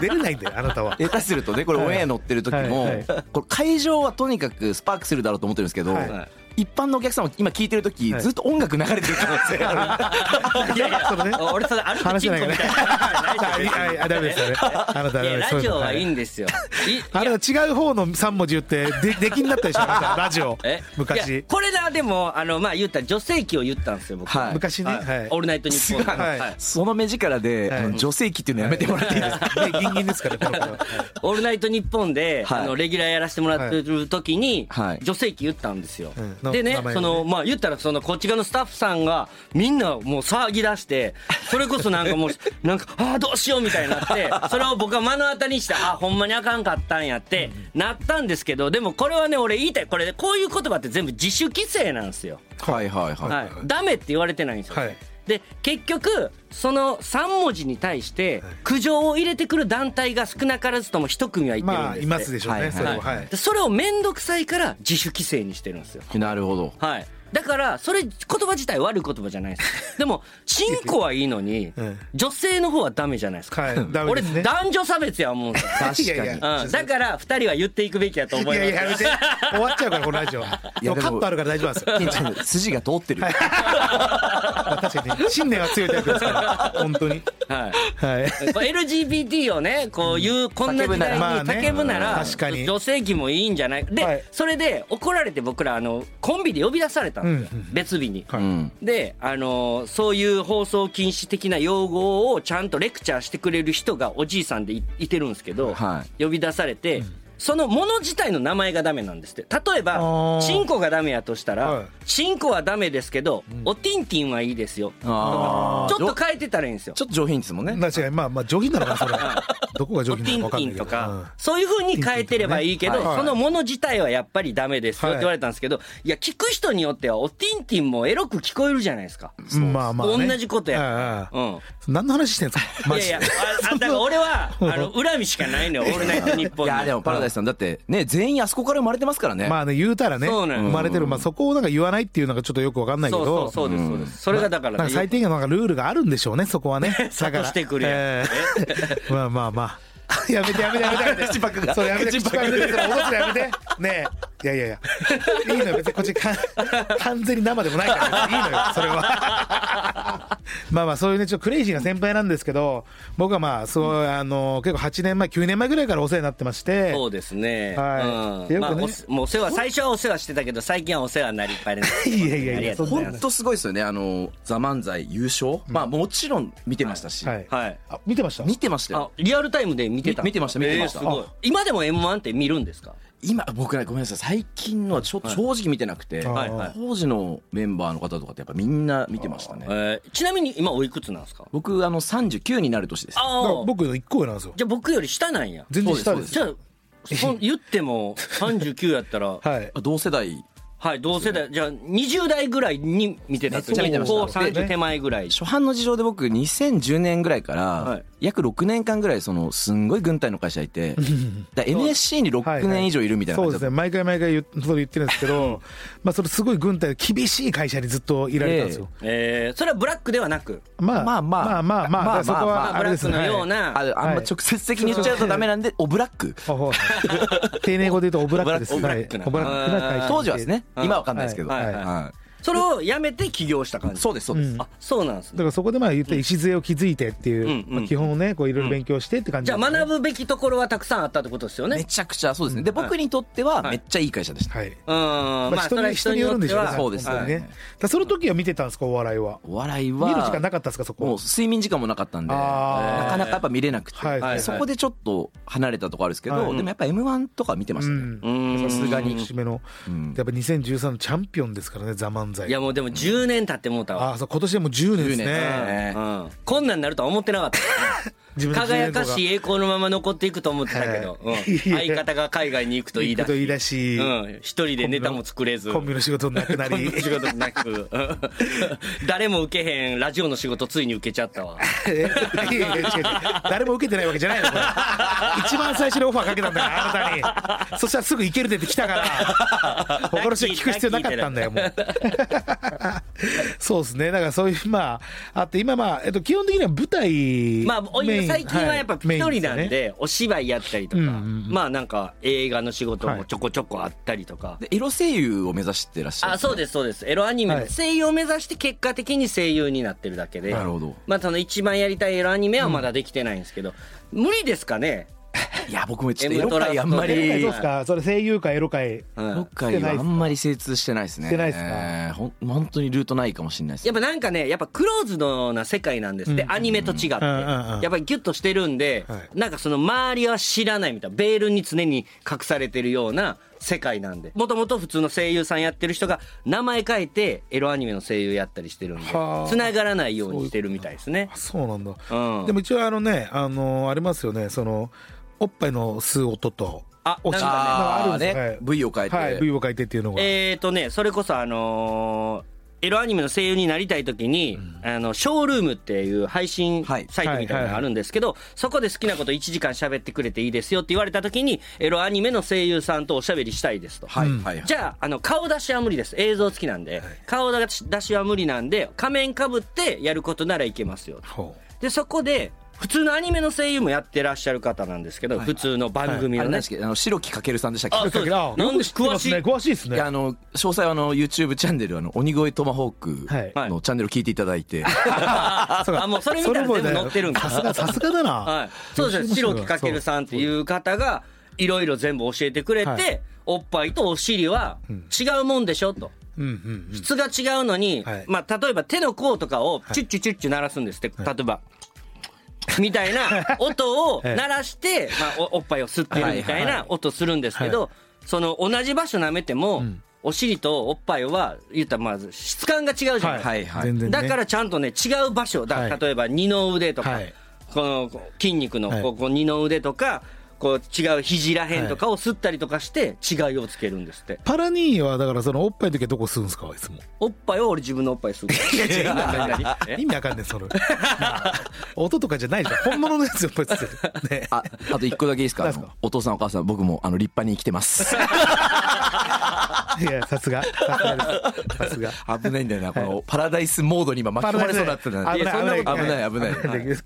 [SPEAKER 2] 出れないんだよ、あなたは。
[SPEAKER 3] 下手するとねこれオンエア乗ってる時も、
[SPEAKER 2] はいはい
[SPEAKER 3] これ会場はとにかくスパークするだろうと思ってるんですけど、
[SPEAKER 2] は
[SPEAKER 3] 一般のお客さんも今聞いてる時、
[SPEAKER 2] はい
[SPEAKER 3] ずっと音楽流れてる可能性がある
[SPEAKER 4] いやいや俺それ歩く
[SPEAKER 2] 話
[SPEAKER 4] チ
[SPEAKER 2] じゃな
[SPEAKER 4] ンコ
[SPEAKER 2] い
[SPEAKER 4] み
[SPEAKER 2] ね。
[SPEAKER 4] たいな
[SPEAKER 2] はい は いあ、ダメです、ダメ。あなたダ
[SPEAKER 4] い
[SPEAKER 2] メ
[SPEAKER 4] や
[SPEAKER 2] です。
[SPEAKER 4] ラジオはいい
[SPEAKER 2] い
[SPEAKER 4] んです よい
[SPEAKER 2] あれは違う方の3文字言ってで出禁になったでしょあなたラジオ
[SPEAKER 4] えいや
[SPEAKER 2] 昔
[SPEAKER 4] これなでもあのまあ言ったら女性器を言ったんですよ僕
[SPEAKER 3] はい
[SPEAKER 2] 昔ねはい
[SPEAKER 4] オールナイトニッポンの
[SPEAKER 2] はい
[SPEAKER 4] はい
[SPEAKER 3] その目力で、
[SPEAKER 2] はい
[SPEAKER 3] あの女性器っていうのやめてもらっていいですか、
[SPEAKER 2] ねギンギンですからねこの頃はい
[SPEAKER 4] オールナイトニッポンで、
[SPEAKER 3] はい
[SPEAKER 4] あのレギュラーやらせてもらってる時に、
[SPEAKER 3] はい
[SPEAKER 4] 女性器言ったんですよ、
[SPEAKER 2] うんの
[SPEAKER 4] でね
[SPEAKER 2] 名前を
[SPEAKER 4] そ
[SPEAKER 2] ね
[SPEAKER 4] のまあ言ったらそのこっち側のスタッフさんがみんなもう騒ぎ出 してそれこそなんかもうなんかああどうしようみたいにな ってそれを僕は目の当たりにしてああほんまにあかんかったんやって、なったんですけどでもこれはね俺言いたいこれこういう言葉って全部自主規制なんですよ
[SPEAKER 3] はいはいはい、
[SPEAKER 4] はい、ダメって言われてないんですよ、
[SPEAKER 2] はい
[SPEAKER 4] で結局その3文字に対して苦情を入れてくる団体が少なからずとも一組はいてるんです
[SPEAKER 2] ま
[SPEAKER 4] っ
[SPEAKER 2] あいま
[SPEAKER 4] て
[SPEAKER 2] すでしょう
[SPEAKER 3] は
[SPEAKER 2] ね
[SPEAKER 3] い
[SPEAKER 2] それははい
[SPEAKER 4] でそれを面倒くさいから自主規制にしてるんですよ
[SPEAKER 3] なるほど
[SPEAKER 4] はいだからそれ言葉自体悪い言葉じゃな いですでもチンコはいいのに
[SPEAKER 2] ん
[SPEAKER 4] 女性の方はダメじゃないですか、
[SPEAKER 2] はいダメ
[SPEAKER 4] 俺
[SPEAKER 2] ですね
[SPEAKER 4] 男女差別や思うんですよ、
[SPEAKER 3] 確か に
[SPEAKER 2] いやいや
[SPEAKER 4] うん、だから2人は言っていくべきやと思
[SPEAKER 2] い
[SPEAKER 4] い
[SPEAKER 2] や
[SPEAKER 4] ま
[SPEAKER 2] い
[SPEAKER 4] す
[SPEAKER 2] ややめて終わっちゃうからこのラジオはい
[SPEAKER 3] いやで
[SPEAKER 2] カ
[SPEAKER 3] も
[SPEAKER 2] ットあるから大丈夫なんですよ
[SPEAKER 3] ケンちゃん筋が通ってる。
[SPEAKER 2] まあ確かにね信念は強いタイプですから本当に
[SPEAKER 4] はい
[SPEAKER 2] は い
[SPEAKER 4] これ LGBT をねこういうこんな時代に
[SPEAKER 2] まあね
[SPEAKER 4] 叫ぶなら
[SPEAKER 2] 確かに
[SPEAKER 4] 女性器もいいんじゃないで、
[SPEAKER 2] はい
[SPEAKER 4] それで怒られて僕らあのコンビで呼び出されたんですよ、別日に。
[SPEAKER 3] うん。
[SPEAKER 4] で、あのーそういう放送禁止的な用語をちゃんとレクチャーしてくれる人がおじいさんでいいてるんですけど、
[SPEAKER 3] は
[SPEAKER 4] 呼び出されて、そのもの自体の名前がダメなんですって例え
[SPEAKER 2] あー
[SPEAKER 4] ばチンコがダメやとしたら、
[SPEAKER 2] はい
[SPEAKER 4] チンコはダメですけど、おティンティンはいいですよ
[SPEAKER 3] ああ。
[SPEAKER 4] ちょっと変えてたらいいんですよ
[SPEAKER 3] ちょっと上品ですもんね。
[SPEAKER 2] 確かにまあまあ上品なのかなそれどこが上
[SPEAKER 4] おテ
[SPEAKER 2] 品
[SPEAKER 4] ィ
[SPEAKER 2] なの
[SPEAKER 4] ン
[SPEAKER 2] か分かんな
[SPEAKER 4] ティ
[SPEAKER 2] い
[SPEAKER 4] ン
[SPEAKER 2] けど
[SPEAKER 4] とか、そういう風に変えてればいいけど、
[SPEAKER 2] はい
[SPEAKER 4] そのもの自体はやっぱりダメですよって言われたんですけど、いや、聞く人によっては、おティンティンもエロく聞こえるじゃないですか。
[SPEAKER 2] うんまあまあね
[SPEAKER 4] 同じことや
[SPEAKER 2] う
[SPEAKER 4] うん
[SPEAKER 2] うん
[SPEAKER 4] ん。
[SPEAKER 2] 何の話してんですか
[SPEAKER 4] い
[SPEAKER 2] マ
[SPEAKER 4] やい
[SPEAKER 2] ジ
[SPEAKER 4] や
[SPEAKER 2] で、
[SPEAKER 4] ああだから俺は、あの、恨みしかないのよ、オールナイトニッポン
[SPEAKER 3] い
[SPEAKER 4] に
[SPEAKER 3] やでもパラダイスさんだってね全員あそこから生まれてますから ね。
[SPEAKER 2] まあね言うたらね
[SPEAKER 4] そうなん
[SPEAKER 2] 生
[SPEAKER 4] よ
[SPEAKER 2] まれてるまあそこをなんか言わないっていうのがちょっとよく分かんないけ
[SPEAKER 4] そうそ
[SPEAKER 2] ど
[SPEAKER 4] う、そうです、そうです。それがだから
[SPEAKER 2] なんか最低限のなんかルールがあるんでしょうねそこはねだから
[SPEAKER 4] 諭してくるやん
[SPEAKER 2] えーまあまあまあやめてやめてやめてやめて
[SPEAKER 3] 口パクが
[SPEAKER 2] それやめて口
[SPEAKER 3] 口
[SPEAKER 2] パク
[SPEAKER 3] パク
[SPEAKER 2] が出てる戻すのやめてねえいやいやいやいいのよ別にこっちか完全に生でもないからいいのよそれはまあまあそういうねちょっとクレイジーな先輩なんですけど僕はまあそうあの結構8年前9年前ぐらいからお世話になってまして
[SPEAKER 4] そうですね。
[SPEAKER 2] はい
[SPEAKER 4] うん
[SPEAKER 2] よ
[SPEAKER 4] まあ、
[SPEAKER 2] くね
[SPEAKER 4] お世もうお世話、最初はお世話してたけど、最近はお世話になりっぱいで す。
[SPEAKER 2] いやいやいや
[SPEAKER 4] ありがとうござい
[SPEAKER 3] 本
[SPEAKER 4] ます。
[SPEAKER 3] 当すごいですよねあのザ漫才優勝。まあもちろん見てましたし。
[SPEAKER 2] はい
[SPEAKER 4] はい。
[SPEAKER 2] あ見てました
[SPEAKER 3] 見てました
[SPEAKER 4] あ
[SPEAKER 3] よ。、
[SPEAKER 4] リアルタイムで見てた
[SPEAKER 3] み見てました見てました
[SPEAKER 4] えーすごい今でも M1 って見るんですか
[SPEAKER 3] 今僕ねごめんなさい最近のはちょ正直見てなくて
[SPEAKER 4] はいはい
[SPEAKER 3] 当時のメンバーの方とかってやっぱみんな見てましたね。
[SPEAKER 4] えーちなみに今おいくつなんですか
[SPEAKER 3] 僕あの39になる年です。
[SPEAKER 2] だから
[SPEAKER 4] ああ
[SPEAKER 2] 僕の1個上なんですよ
[SPEAKER 4] じゃあ僕より下なんや
[SPEAKER 2] 全然下です
[SPEAKER 4] じゃあ そん言っても39やったらはい、
[SPEAKER 2] はい
[SPEAKER 3] 同世代
[SPEAKER 4] 同世代じゃあ20代ぐらいに見てたって
[SPEAKER 3] めっちゃ見てました
[SPEAKER 4] 高校30手前ぐらい
[SPEAKER 3] 初版の事情で僕2010年ぐらいか
[SPEAKER 4] は
[SPEAKER 3] ら
[SPEAKER 4] い
[SPEAKER 3] 約6年間ぐらいそのすんごい軍隊の会社 いてだから NSC に
[SPEAKER 2] はい
[SPEAKER 3] 6
[SPEAKER 2] は
[SPEAKER 3] 年以上いるみたいな
[SPEAKER 2] そ
[SPEAKER 3] 感
[SPEAKER 2] う
[SPEAKER 3] じ
[SPEAKER 2] で
[SPEAKER 3] だ
[SPEAKER 2] す
[SPEAKER 3] った
[SPEAKER 2] ね毎回毎回言うそれ言ってるんですけどまあそれすごい軍隊厳しい会社にずっといられたんですよ、
[SPEAKER 4] えー、それはブラックではなく
[SPEAKER 2] まあま
[SPEAKER 3] ま
[SPEAKER 2] あまあまあ
[SPEAKER 3] あまあ
[SPEAKER 2] まあ、
[SPEAKER 3] まあまあ
[SPEAKER 2] そこ
[SPEAKER 3] ま
[SPEAKER 2] は
[SPEAKER 4] あ
[SPEAKER 2] あ
[SPEAKER 4] ブ
[SPEAKER 2] れ
[SPEAKER 4] ラ
[SPEAKER 2] で
[SPEAKER 4] ッ
[SPEAKER 2] す
[SPEAKER 4] ク
[SPEAKER 2] ね
[SPEAKER 4] のような、
[SPEAKER 3] ああんま直接的に言っちゃうとダメなんで、オブラック。
[SPEAKER 2] はい丁寧語で言うとオブラックです
[SPEAKER 4] オブラック
[SPEAKER 2] はいオブラックな会社
[SPEAKER 3] 当時はですね、今はわかんないですけど。
[SPEAKER 2] はいはい
[SPEAKER 3] は
[SPEAKER 4] それをやめて起業した感
[SPEAKER 3] い
[SPEAKER 4] じ
[SPEAKER 3] そうです、そうです。
[SPEAKER 4] あそうなんです
[SPEAKER 2] だ
[SPEAKER 4] ね
[SPEAKER 2] からそこでまあ言ったら礎を築いてっていう、
[SPEAKER 4] んうん
[SPEAKER 2] まあ、基本をねこういろいろ勉強してって感じ
[SPEAKER 4] じゃ
[SPEAKER 2] な
[SPEAKER 4] あ
[SPEAKER 2] んですね、
[SPEAKER 4] 学ぶべきところはたくさんあったってことですよね
[SPEAKER 3] めちゃくちゃ、そうですね。で、僕にとっては、
[SPEAKER 4] はい
[SPEAKER 3] めっちゃいい会社でした。
[SPEAKER 2] はい
[SPEAKER 4] うん
[SPEAKER 2] まあ、
[SPEAKER 4] まあそ
[SPEAKER 2] 人
[SPEAKER 4] れは
[SPEAKER 2] に人によるんでしょうね
[SPEAKER 4] 人
[SPEAKER 3] そうですね
[SPEAKER 2] 本当にねだからその時は見てたんですかお笑いは
[SPEAKER 3] お笑い
[SPEAKER 2] 見
[SPEAKER 3] は、
[SPEAKER 2] る時間なかったですかそ
[SPEAKER 3] もう
[SPEAKER 2] こ
[SPEAKER 3] 睡眠時間もなかったんで、な
[SPEAKER 2] あー
[SPEAKER 3] かなかやっぱ見れなくて、
[SPEAKER 2] はいはいはい
[SPEAKER 3] そこでちょっと離れたとこあるんですけど、
[SPEAKER 2] はい
[SPEAKER 3] でもやっぱ M1 とか見てましたね。
[SPEAKER 2] うん
[SPEAKER 4] うん
[SPEAKER 3] さすがに。
[SPEAKER 2] 節目の、
[SPEAKER 3] ん
[SPEAKER 2] やっぱ2013のチャンピオンですからね「ザ漫才
[SPEAKER 4] いやもうでも10年経ってもうたわ
[SPEAKER 2] ああそう今年でもう10年ですね
[SPEAKER 3] 10年ね
[SPEAKER 4] うん、こんなんなるとは思ってなかった
[SPEAKER 2] 自分の
[SPEAKER 4] 輝かし
[SPEAKER 2] い
[SPEAKER 4] い栄光のまま残っていくと思ってたけど、
[SPEAKER 2] はい
[SPEAKER 4] うん相方が海外に行くと言い出
[SPEAKER 2] と言い
[SPEAKER 4] し
[SPEAKER 2] 出し、
[SPEAKER 4] うん、一人でネタも作れず
[SPEAKER 2] コンビの仕事なくな
[SPEAKER 4] コンビ
[SPEAKER 2] り
[SPEAKER 4] の仕事 なく誰も受けへんラジオの仕事ついに受けちゃったわ
[SPEAKER 2] えいやいや違う違う誰も受けてないわけじゃないの これ一番最初にオファーかけたんだからあなたにそしたらすぐ行けるでって来た から他の人に聞く必要なかったんだよもうそうですねだからそういうまああって今まあ、えっと、基本的には舞台
[SPEAKER 4] まあお
[SPEAKER 2] メイン
[SPEAKER 4] 最近はやっぱ一
[SPEAKER 2] メイン
[SPEAKER 4] 人なん
[SPEAKER 2] すよね
[SPEAKER 4] でお芝居やったりとか、
[SPEAKER 2] うんうん
[SPEAKER 4] まあなんか映画の仕事もちょこちょこあったりとか、
[SPEAKER 3] で、エロ声優を目指してらっしゃる。
[SPEAKER 4] あそうですそうですエロアニメ
[SPEAKER 2] はい
[SPEAKER 4] の声優を目指して結果的に声優になってるだけで、
[SPEAKER 3] なるほど
[SPEAKER 4] まあその一番やりたいエロアニメはまだできてないんですけど、無理ですかね
[SPEAKER 3] いや、僕もちょっとエロ界あんま
[SPEAKER 2] エロ界
[SPEAKER 3] り
[SPEAKER 2] どう、ですかそれ声優界エロ界
[SPEAKER 4] うん
[SPEAKER 3] エロ界はあんまり精通してないですね。
[SPEAKER 2] してないっすか
[SPEAKER 3] ほん本当にルートないかもしれないです。
[SPEAKER 4] やっぱなんかねやっぱクローズドな世界なんですって、アニメと違って、
[SPEAKER 2] うんうんうん
[SPEAKER 4] やっぱりギュッとしてるんで、
[SPEAKER 2] はい
[SPEAKER 4] なんかその周りは知らないみたいなベールに常に隠されてるような世界なんでもともと普通の声優さんやってる人が名前書いてエロアニメの声優やったりしてるんで
[SPEAKER 2] はあ
[SPEAKER 4] 繋がらないようにしてるみたいですね
[SPEAKER 2] あそうなんだ、
[SPEAKER 4] うん
[SPEAKER 2] でも一応あのねあのありますよねそのおっぱいの吸う音と
[SPEAKER 4] あ
[SPEAKER 2] お尻
[SPEAKER 4] なん
[SPEAKER 2] なんか
[SPEAKER 3] かね
[SPEAKER 2] あるんですよ、
[SPEAKER 3] あーね V を変えて
[SPEAKER 2] はい、V を変えてっていうのが、
[SPEAKER 4] えーとねそれこそあのーエロアニメの声優になりたい時に、あのショールームっていう配信サイトみたいなのがあるんですけど、そこで好きなこと1時間喋ってくれていいですよって言われた時にエロアニメの声優さんとおしゃべりしたいですと、
[SPEAKER 3] はいはいはい
[SPEAKER 4] じゃああの顔出しは無理です映像付きなんで、顔出し出しは無理なんで仮面かぶってやることならいけますよと
[SPEAKER 2] ほ
[SPEAKER 4] でそこで普通のアニメの声優もやってらっしゃる方なんですけど、普通の番組
[SPEAKER 3] あれな
[SPEAKER 4] のね、
[SPEAKER 3] んですけどあの白木かけるさんでしたっけ
[SPEAKER 4] あ
[SPEAKER 2] う
[SPEAKER 4] そうです
[SPEAKER 2] あ
[SPEAKER 4] なん
[SPEAKER 2] よ
[SPEAKER 4] で
[SPEAKER 2] く知ってますね詳しいです
[SPEAKER 3] い
[SPEAKER 2] ね
[SPEAKER 3] やあの詳細はあの YouTube チャンネルあの鬼越トマホ
[SPEAKER 2] は
[SPEAKER 3] ー
[SPEAKER 2] い
[SPEAKER 3] クのチャンネル聞いていただいて、
[SPEAKER 4] ああもうそれ見たら全部載ってるん
[SPEAKER 2] だ
[SPEAKER 4] だ
[SPEAKER 2] さすがさすがだな、
[SPEAKER 4] はい、そうですね白木かけるさんっていう方がいろいろ全部教えてくれて、
[SPEAKER 2] はい
[SPEAKER 4] おっぱいとお尻は違うもんでしょと。
[SPEAKER 2] うんうんうん
[SPEAKER 4] 質が違うのに、
[SPEAKER 2] はい
[SPEAKER 4] まあ、例えば手の甲とかをチュッチュチュッチュ鳴らすんですって、例えば。みた いな音を
[SPEAKER 2] ええ
[SPEAKER 4] 鳴らして、まあ、おおっぱいを吸ってるみた
[SPEAKER 3] は
[SPEAKER 4] い
[SPEAKER 3] いは
[SPEAKER 4] な音するんですけど、その同じ場所舐めても、お尻とおっぱいは言ったらまず質感が違うじゃないですか、
[SPEAKER 3] はいはい
[SPEAKER 2] 全然、ね、
[SPEAKER 4] だからちゃんとね違う場所だ、
[SPEAKER 2] はい
[SPEAKER 4] 例えば二の腕とか、
[SPEAKER 2] はい
[SPEAKER 4] このこう筋肉の
[SPEAKER 2] はい
[SPEAKER 4] こうこう二の腕とかこう違う肘らへんとかを吸ったりとかして違いをつけるんですって、
[SPEAKER 2] パラニーニはだからそのおっぱいの時はどこ吸うんですかいつも
[SPEAKER 4] おっぱいを俺自分のおっぱい吸ういや違う何々え
[SPEAKER 2] 意味わかんねえそれなあ音とかじゃないじゃん本物のやつやっぱり吸 ってるね
[SPEAKER 3] ああと一個だけいいですか
[SPEAKER 2] 何ですか
[SPEAKER 3] あのお父さんお母さん僕もあの立派に生きてます
[SPEAKER 2] いやさすがさすがですさすが
[SPEAKER 3] 危ないんだよなこのパラダイスモードに今巻き込まれそうになってた
[SPEAKER 2] 危ない
[SPEAKER 3] いやそんなことない危ない危ない
[SPEAKER 2] 危ない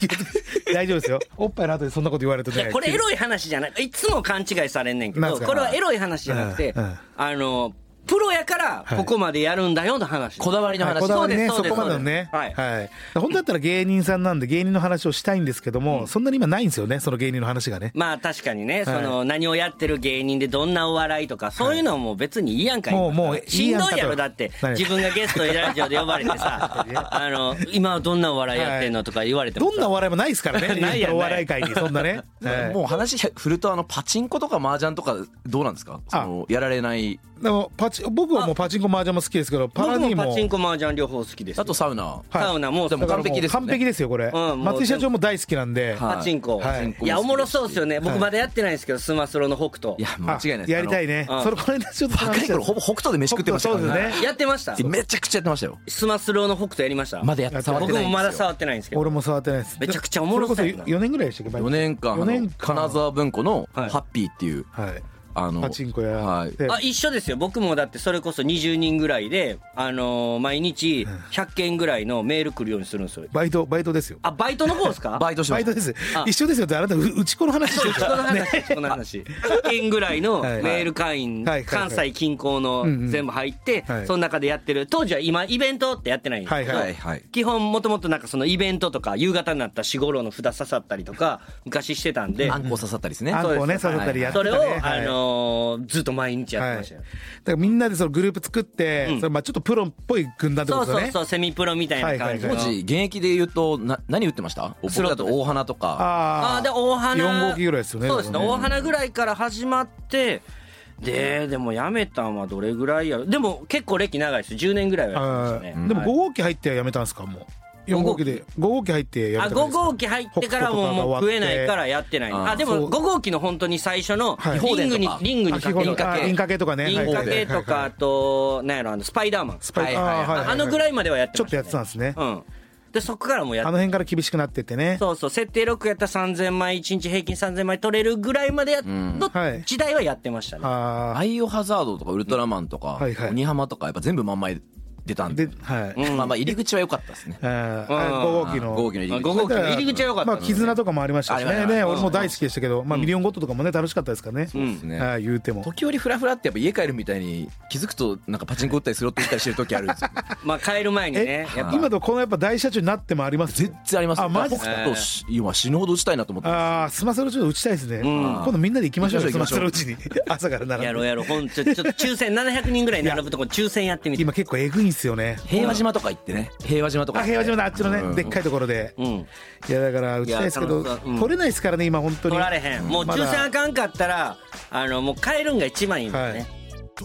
[SPEAKER 2] 大丈夫ですよおっぱいの後でそんなこと言われると
[SPEAKER 4] い
[SPEAKER 2] ね
[SPEAKER 4] やこれエロい話じゃないいつも勘違いされんねんけ
[SPEAKER 2] なん
[SPEAKER 4] ど
[SPEAKER 2] すか
[SPEAKER 4] これはエロい話じゃなくて、
[SPEAKER 2] うんうん
[SPEAKER 4] あのプロやからここまでやるんだよの話、
[SPEAKER 3] こだわりの
[SPEAKER 2] はい
[SPEAKER 3] 話
[SPEAKER 2] こだわりね
[SPEAKER 4] そ
[SPEAKER 2] そう
[SPEAKER 4] です
[SPEAKER 2] こまでのね
[SPEAKER 4] そう
[SPEAKER 2] は
[SPEAKER 4] で
[SPEAKER 2] い、
[SPEAKER 4] すは
[SPEAKER 2] 本当だったら芸人さんなんで芸人の話をしたいんですけども、そんなに今ないんですよねその芸人の話がね
[SPEAKER 4] まあ確かにね、
[SPEAKER 2] はい
[SPEAKER 4] その何をやってる芸人でどんなお笑いとか、そういうのはもう別にいいやんか、
[SPEAKER 2] もう
[SPEAKER 4] 今
[SPEAKER 2] もうい
[SPEAKER 4] し
[SPEAKER 2] い
[SPEAKER 4] ん
[SPEAKER 2] やんか
[SPEAKER 4] ど
[SPEAKER 2] と
[SPEAKER 4] いやろ、だって、
[SPEAKER 2] はい
[SPEAKER 4] 自分がゲストでラジオで呼ばれてさ、あの、今はどんなお笑いやってんのとか言われても
[SPEAKER 2] どんなお
[SPEAKER 4] さ、
[SPEAKER 2] 笑いもないです からね
[SPEAKER 4] ないやんない
[SPEAKER 2] お笑い界にそんなね、はい
[SPEAKER 3] もう話振るとあのパチンコとか麻雀とかどうなんですかそのやられない
[SPEAKER 2] でもパチ僕はもうパチンコ麻雀も好きですけどパラ
[SPEAKER 4] 僕
[SPEAKER 2] ニー
[SPEAKER 4] もパチン
[SPEAKER 2] も
[SPEAKER 4] コ、麻雀両方好きです。
[SPEAKER 3] あとサウナ
[SPEAKER 2] はい
[SPEAKER 4] サウナも、
[SPEAKER 3] でも
[SPEAKER 2] だからもう
[SPEAKER 3] 完璧ですよね
[SPEAKER 2] 完璧ですよこれ、
[SPEAKER 4] うんもう
[SPEAKER 2] 松井社長も大好きなんで、
[SPEAKER 3] はい
[SPEAKER 4] パチンコ、
[SPEAKER 2] はい
[SPEAKER 4] い、や、おもろそうですよね。僕まだやってないんですけど、スマスロの北斗
[SPEAKER 3] い。や間違いないです
[SPEAKER 2] やりたいね
[SPEAKER 4] あの
[SPEAKER 2] それこれでちょっと
[SPEAKER 3] 若い頃ほぼ北斗で飯食ってましたから
[SPEAKER 2] そうですね
[SPEAKER 4] やってました
[SPEAKER 3] めちゃくちゃやってましたよ
[SPEAKER 4] スマスロの北斗やりました。
[SPEAKER 3] まだやって触って
[SPEAKER 4] 僕
[SPEAKER 3] ないんですよ
[SPEAKER 4] もまだ触ってないんですけど。
[SPEAKER 2] 俺も触ってないです
[SPEAKER 4] めちゃくちゃおもろそ
[SPEAKER 2] そうれ
[SPEAKER 4] やな
[SPEAKER 2] こそ4年ぐらいでしたっけ
[SPEAKER 3] 4年間あの
[SPEAKER 2] 4年間
[SPEAKER 3] 金沢文庫の「ハ
[SPEAKER 4] はい
[SPEAKER 3] ッピー」っていう、
[SPEAKER 2] はい
[SPEAKER 3] あの
[SPEAKER 2] パチンコや
[SPEAKER 3] は
[SPEAKER 2] っ
[SPEAKER 3] い
[SPEAKER 2] て、
[SPEAKER 4] あ一緒ですよ僕もだってそれこそ20人ぐらいで、あのー毎日100件ぐらいのメール来るようにするんですよ
[SPEAKER 2] バイトバイトですよ
[SPEAKER 4] あバイトの方ですか
[SPEAKER 3] バイトしてま
[SPEAKER 2] バイ
[SPEAKER 3] した
[SPEAKER 2] トです
[SPEAKER 4] あ
[SPEAKER 2] 一緒ですよってあなたううちこの話してる
[SPEAKER 4] この話、この話。100件ぐらいの
[SPEAKER 2] はい
[SPEAKER 4] メール会
[SPEAKER 2] はい
[SPEAKER 4] 員、
[SPEAKER 2] はいはい
[SPEAKER 4] 関西近郊の全部入って、
[SPEAKER 2] はい
[SPEAKER 4] その中でやってる、当時は今、イベントってやってないんですけど、
[SPEAKER 2] はい
[SPEAKER 3] はいはい
[SPEAKER 4] 基本、もともとなんかそのイベントとか、夕方になった四五郎の札刺さったりとか、昔してたんで
[SPEAKER 3] あ、んこ刺さったりですね
[SPEAKER 2] あんこをね
[SPEAKER 4] そう
[SPEAKER 2] 刺
[SPEAKER 4] で
[SPEAKER 2] さ
[SPEAKER 4] す
[SPEAKER 2] ったりやって
[SPEAKER 4] そ
[SPEAKER 2] た
[SPEAKER 4] れ
[SPEAKER 2] ね
[SPEAKER 4] を、
[SPEAKER 2] はい
[SPEAKER 4] あのーずっと毎日やってましたよ。
[SPEAKER 2] はい、だからみんなでそのグループ作って、
[SPEAKER 4] ん
[SPEAKER 2] それまあちょっとプロっぽい軍団ってこ
[SPEAKER 4] そう
[SPEAKER 2] とです
[SPEAKER 4] そ
[SPEAKER 2] よね
[SPEAKER 4] うそう、セミプロみたいな感じの。
[SPEAKER 2] は
[SPEAKER 3] 当
[SPEAKER 2] いはいは
[SPEAKER 3] 時現役で言うとな何打ってました僕
[SPEAKER 4] スロッ
[SPEAKER 3] だと
[SPEAKER 4] トです
[SPEAKER 3] 大花とか
[SPEAKER 2] あ
[SPEAKER 4] あ
[SPEAKER 2] あ
[SPEAKER 4] あで大花
[SPEAKER 2] 4号機ぐらいですよね
[SPEAKER 4] そうですね
[SPEAKER 2] だから
[SPEAKER 4] 大花ぐらいから始まってででもやめたんはどれぐらいやろでも結構歴長いです10年ぐらいはやってま
[SPEAKER 2] は
[SPEAKER 4] し
[SPEAKER 2] い
[SPEAKER 4] たね
[SPEAKER 2] でも
[SPEAKER 4] は
[SPEAKER 2] 5
[SPEAKER 4] い
[SPEAKER 2] 号機入ってやめたんですかもう4
[SPEAKER 4] 五
[SPEAKER 2] 号
[SPEAKER 4] 号
[SPEAKER 2] 機
[SPEAKER 4] 機
[SPEAKER 2] で5号機入ってや
[SPEAKER 4] あ
[SPEAKER 2] めたん
[SPEAKER 4] 5
[SPEAKER 2] ですか
[SPEAKER 4] 号機入ってから
[SPEAKER 2] 北斗と
[SPEAKER 4] も
[SPEAKER 2] かが
[SPEAKER 4] もう
[SPEAKER 2] 終わっ
[SPEAKER 4] 食
[SPEAKER 2] て
[SPEAKER 4] えないからやってない
[SPEAKER 3] あー
[SPEAKER 4] あで
[SPEAKER 2] そ
[SPEAKER 4] も
[SPEAKER 2] う
[SPEAKER 4] 5号機の本当に最初の
[SPEAKER 2] はい
[SPEAKER 4] リングに
[SPEAKER 3] はい
[SPEAKER 4] リングにかける
[SPEAKER 2] あ
[SPEAKER 4] か
[SPEAKER 2] 輪かけとかね
[SPEAKER 4] リン
[SPEAKER 2] はい
[SPEAKER 4] かけと
[SPEAKER 2] はい
[SPEAKER 4] か
[SPEAKER 2] はい
[SPEAKER 4] あとなんやろあのスパイダーマン
[SPEAKER 2] スパイ
[SPEAKER 3] はいはい
[SPEAKER 2] あーはいはい
[SPEAKER 4] あのぐらいまではやって
[SPEAKER 2] ちょっと
[SPEAKER 4] ました
[SPEAKER 2] やってたんですね、
[SPEAKER 4] うんでそこからもうやっ
[SPEAKER 2] あの辺から厳しくなってってね
[SPEAKER 4] そうそう、設定ロックやったら3000枚、1日平均3000枚取れるぐらいまでやっの
[SPEAKER 2] はい
[SPEAKER 4] 時代はやってましたね。
[SPEAKER 2] あ
[SPEAKER 3] バイオハザードとかウルトラマンとか
[SPEAKER 2] はいはい
[SPEAKER 3] 鬼浜とかやっぱ全部真ん前出た
[SPEAKER 2] あ
[SPEAKER 3] ん
[SPEAKER 2] で
[SPEAKER 3] で
[SPEAKER 2] はい、
[SPEAKER 4] ん
[SPEAKER 3] まあまあ入り口は良かったですね
[SPEAKER 2] あ
[SPEAKER 4] う
[SPEAKER 2] ー
[SPEAKER 4] ん
[SPEAKER 2] 5号機の
[SPEAKER 3] 5号機の入り
[SPEAKER 4] 5
[SPEAKER 3] 口
[SPEAKER 4] 号機の入り口は良かった
[SPEAKER 2] ま
[SPEAKER 4] ね
[SPEAKER 2] あ絆とかもありましたし
[SPEAKER 3] あれ
[SPEAKER 2] ね
[SPEAKER 3] は
[SPEAKER 2] ね
[SPEAKER 3] うん
[SPEAKER 2] 俺も大好きでしたけど、まあ、ミリオンゴッドとかもね楽しかったですからね、
[SPEAKER 4] ん
[SPEAKER 3] ですね
[SPEAKER 2] はい言うても
[SPEAKER 3] 時折フラフラってやっぱ家帰るみたいに気づくとなんかパチンコ打ったりスロット打ったりしてる時あるんですよ
[SPEAKER 4] まあ帰る前にね
[SPEAKER 2] え、
[SPEAKER 4] やっぱ。
[SPEAKER 2] 今とこのやっぱ大社長になってもあります
[SPEAKER 3] 全然あります
[SPEAKER 2] あマジっすか
[SPEAKER 3] だから北斗し今死ぬほど打ちたいなと思ってます
[SPEAKER 2] ああスマスロちょっと打ちたいですね、今度みんなで行きましょうよ
[SPEAKER 3] 行
[SPEAKER 2] ス
[SPEAKER 3] き
[SPEAKER 2] マ
[SPEAKER 3] ましょ
[SPEAKER 2] ス
[SPEAKER 3] う
[SPEAKER 2] ロ
[SPEAKER 3] 行
[SPEAKER 2] 打ちに朝から並んで
[SPEAKER 4] やろうやろう、ほんちょ、ちょっ と抽選700人ぐらい並ぶとこ抽選やってみて。
[SPEAKER 2] 今結構えぐいんすよね
[SPEAKER 3] 平和島とか行ってね平和島とか
[SPEAKER 2] あ平和島のあっちのね、でっかいところで、
[SPEAKER 4] うん。
[SPEAKER 2] いやだから打ちたいですけど、
[SPEAKER 4] いや楽しそううん
[SPEAKER 2] 取れないですからね今本当に
[SPEAKER 4] 取られへん。もう
[SPEAKER 2] まだ
[SPEAKER 4] 抽選あかんかったら、あの、もう帰るんが一番いいんだよね。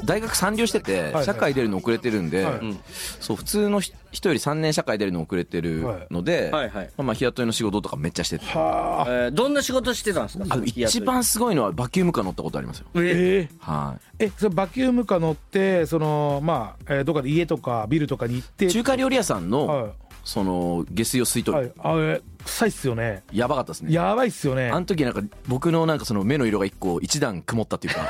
[SPEAKER 3] 大学三流してて
[SPEAKER 2] はい
[SPEAKER 3] 社会出るの遅れてるんで、
[SPEAKER 2] はい
[SPEAKER 3] うんそう普通の人人より3年社会出るの遅れてるので、
[SPEAKER 4] はいはい
[SPEAKER 3] まあ、日雇いの仕事とかめっちゃしてて、
[SPEAKER 2] はあ
[SPEAKER 4] えーどんな仕事してたんですか
[SPEAKER 3] あ一番すごいのはバキュームカー乗ったことありますよ。
[SPEAKER 2] え
[SPEAKER 3] はい
[SPEAKER 2] えそれバキュームカー乗ってそのまあ、えーどっかで家とかビルとかに行って
[SPEAKER 3] 中華料理屋さんの、
[SPEAKER 2] は
[SPEAKER 3] その下水を吸い
[SPEAKER 2] い、
[SPEAKER 3] 取
[SPEAKER 2] は
[SPEAKER 3] る、
[SPEAKER 2] い、あれ臭いっすよね
[SPEAKER 3] やばかったですね
[SPEAKER 2] やばいっすよね
[SPEAKER 3] あの時なんか僕のなんかその目の色が一個一段曇ったっていうか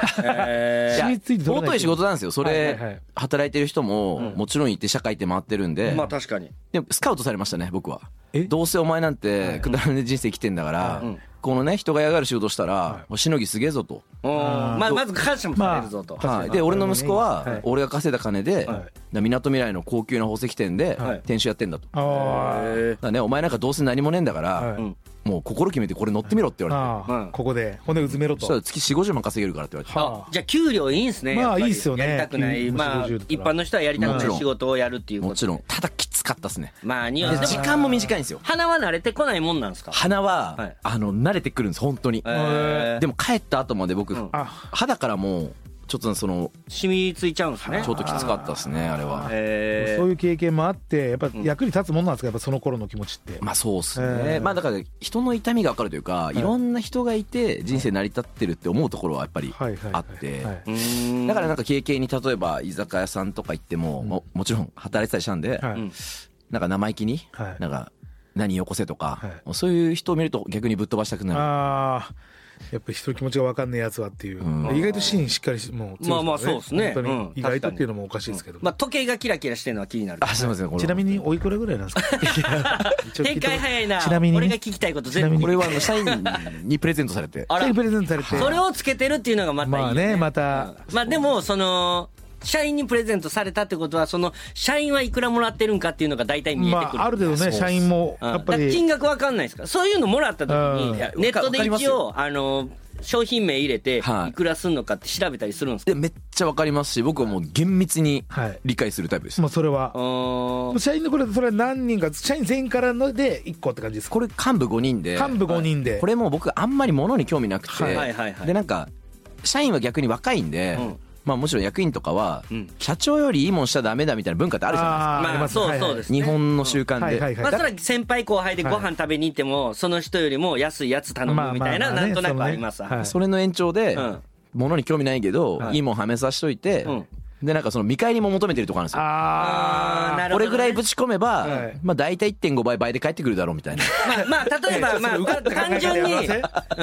[SPEAKER 4] え
[SPEAKER 2] 染みついて取れない
[SPEAKER 3] 尊い仕事なんですよそれ、
[SPEAKER 2] はいはいはい
[SPEAKER 3] 働いてる人ももちろんいて社会って回ってるんで、
[SPEAKER 4] ーまあ確かに
[SPEAKER 3] でもスカウトされましたね僕は
[SPEAKER 2] え
[SPEAKER 3] どうせお前なんてくだらねえ人生生きてんだから、
[SPEAKER 4] うん
[SPEAKER 3] このね人が嫌がる仕事したら、しのぎすげえぞと、
[SPEAKER 4] うんまあまず感謝もされるぞと、
[SPEAKER 2] まあ
[SPEAKER 3] は
[SPEAKER 2] 確か
[SPEAKER 3] い、
[SPEAKER 2] に
[SPEAKER 3] で俺の息子
[SPEAKER 2] はい
[SPEAKER 3] は俺が稼いだ金で、
[SPEAKER 2] はい
[SPEAKER 3] みなとみらいの高級な宝石店で
[SPEAKER 4] はい
[SPEAKER 3] 店主やってんだと、だか
[SPEAKER 2] あー
[SPEAKER 4] えー
[SPEAKER 3] らねお前なんかどうせ何もねえんだから、
[SPEAKER 2] はい
[SPEAKER 4] うん
[SPEAKER 3] もう心決めてこれ乗ってみろって言われて、
[SPEAKER 2] あー
[SPEAKER 4] うん
[SPEAKER 2] ここで骨うずめろ
[SPEAKER 3] そしたら
[SPEAKER 2] と
[SPEAKER 3] 月4 5 0万稼げるからって言われて、
[SPEAKER 2] は
[SPEAKER 4] あじゃあ給料いいんすね
[SPEAKER 2] まあ
[SPEAKER 4] やぱり
[SPEAKER 2] いいっすよね
[SPEAKER 4] やりたくない
[SPEAKER 2] うん
[SPEAKER 4] ま
[SPEAKER 2] 50だっ
[SPEAKER 4] あ
[SPEAKER 2] たら
[SPEAKER 4] 一般の人はやりたく
[SPEAKER 3] も
[SPEAKER 4] な
[SPEAKER 3] ち
[SPEAKER 4] い
[SPEAKER 3] ろん
[SPEAKER 4] 仕事をやるっていうこと
[SPEAKER 3] もちろんただきつかったっすね
[SPEAKER 4] まあに
[SPEAKER 3] で
[SPEAKER 4] は
[SPEAKER 3] 時間も短いんですよ
[SPEAKER 4] 鼻は慣れてこないもんなんですか
[SPEAKER 3] 鼻は、
[SPEAKER 4] はい
[SPEAKER 3] あの慣れてくるんです本当に、
[SPEAKER 4] えー
[SPEAKER 3] でも帰った後まで僕、
[SPEAKER 4] うん
[SPEAKER 2] あ
[SPEAKER 3] 肌からもうちょっとその
[SPEAKER 4] 染みついちゃうんですね
[SPEAKER 3] ちょっときつかったですねあれは
[SPEAKER 4] え
[SPEAKER 2] そういう経験もあってやっぱ役に立つもんなんですかやっぱその頃の気持ちって
[SPEAKER 3] まあそうっす
[SPEAKER 2] え
[SPEAKER 3] ね
[SPEAKER 2] ー
[SPEAKER 3] まあだから人の痛みが分かるというかいろんな人がいて人生成り立ってるって思うところはやっぱり
[SPEAKER 2] はいはい
[SPEAKER 3] あって
[SPEAKER 2] はい
[SPEAKER 4] ー
[SPEAKER 3] だからなんか経験に例えば居酒屋さんとか行ってもももちろん働いてたりしたんで
[SPEAKER 2] はい
[SPEAKER 4] うん
[SPEAKER 3] なんか生意気に
[SPEAKER 2] はい
[SPEAKER 3] なんか何よこせとか
[SPEAKER 2] は
[SPEAKER 3] そういう人を見ると逆にぶっ飛ばしたくなる
[SPEAKER 2] ああやっぱ人の気持ちが分かんねえやつはっていう、
[SPEAKER 3] うん
[SPEAKER 2] 意外と芯しっかりしもう強いですから
[SPEAKER 4] まあまあそうですね
[SPEAKER 2] 本当に
[SPEAKER 4] うん
[SPEAKER 2] 意外とっていうのもおかしいですけど、
[SPEAKER 4] まあ時計がキラキラしてるのは気になる
[SPEAKER 3] あすいませんこれ
[SPEAKER 2] ちなみにおいくらぐらいなんですか一応聞
[SPEAKER 4] 展
[SPEAKER 2] いても
[SPEAKER 4] 開早いな
[SPEAKER 2] ちなみにね
[SPEAKER 4] 俺が聞きたいこと
[SPEAKER 2] ち
[SPEAKER 4] 全
[SPEAKER 2] なみ
[SPEAKER 4] 部
[SPEAKER 2] に
[SPEAKER 3] これはあの社員にプレゼントされて
[SPEAKER 4] あら
[SPEAKER 2] プレゼントされて
[SPEAKER 4] それをつけてるっていうのがまたいい
[SPEAKER 2] ま
[SPEAKER 4] よ
[SPEAKER 2] あ
[SPEAKER 4] ね
[SPEAKER 2] ねまた、
[SPEAKER 4] まあでもその社員にプレゼントされたってことはその社員はいくらもらってるんかっていうのが大体見えて
[SPEAKER 2] ま
[SPEAKER 4] くる、
[SPEAKER 2] あある程度ね社員も
[SPEAKER 4] うん
[SPEAKER 2] やっぱ
[SPEAKER 4] だから金
[SPEAKER 2] り
[SPEAKER 4] 額わかんないですかそういうのもらった時
[SPEAKER 2] うん
[SPEAKER 4] に
[SPEAKER 2] い
[SPEAKER 3] や
[SPEAKER 4] ネットで
[SPEAKER 3] わかりま
[SPEAKER 4] 一
[SPEAKER 3] すよ
[SPEAKER 4] 応あの商品名入れてい
[SPEAKER 3] はい
[SPEAKER 4] くらすんのかって調べたりするんですか
[SPEAKER 3] でめっちゃ分かりますし僕はもう厳密に
[SPEAKER 2] はい
[SPEAKER 3] 理解するタイプです
[SPEAKER 2] もうそれは
[SPEAKER 4] うーん
[SPEAKER 2] 社員のこれそれは何人か社員全員からので1個って感じです
[SPEAKER 3] これ幹部5人で
[SPEAKER 2] 幹部5人で、
[SPEAKER 3] これもう僕あんまり物に興味なくて、
[SPEAKER 4] はいはいはいはい
[SPEAKER 3] でなんか社員は逆に若いんで、
[SPEAKER 4] うん
[SPEAKER 3] まあもちろん役員とかは、
[SPEAKER 4] うん
[SPEAKER 3] 社長よりいいもんしちゃダメだみたいな文化ってあるじゃないです
[SPEAKER 2] あー
[SPEAKER 3] か
[SPEAKER 2] あり
[SPEAKER 4] まあ
[SPEAKER 2] ます
[SPEAKER 4] そうそうですね
[SPEAKER 3] 日本の習慣で、
[SPEAKER 2] はいはい
[SPEAKER 4] ま
[SPEAKER 2] は
[SPEAKER 4] あ
[SPEAKER 2] い
[SPEAKER 4] それは先輩後輩でご飯食べに行ってもその人よりも安いやつ頼
[SPEAKER 2] まあ
[SPEAKER 4] むみたい
[SPEAKER 2] ま
[SPEAKER 4] な
[SPEAKER 2] あま
[SPEAKER 4] な
[SPEAKER 2] あ
[SPEAKER 4] ん
[SPEAKER 2] ね
[SPEAKER 4] とな
[SPEAKER 2] そ
[SPEAKER 4] く
[SPEAKER 2] の
[SPEAKER 4] あ
[SPEAKER 2] ね
[SPEAKER 4] ります
[SPEAKER 2] はい
[SPEAKER 3] それの延長で、
[SPEAKER 4] うん
[SPEAKER 3] 物に興味ないけど、い、いもんはめさしといて、
[SPEAKER 4] うん
[SPEAKER 3] でなんかその見返りも求めてるとこあるんですよ
[SPEAKER 2] あ
[SPEAKER 4] あーなる
[SPEAKER 3] こ
[SPEAKER 4] ほどね
[SPEAKER 3] れぐらいぶち込めば、
[SPEAKER 2] はい
[SPEAKER 3] まあ大体1.5倍倍で返ってくるだろうみたいな
[SPEAKER 4] まあ、まあ、例えば、まあ、まあ単純に、
[SPEAKER 2] に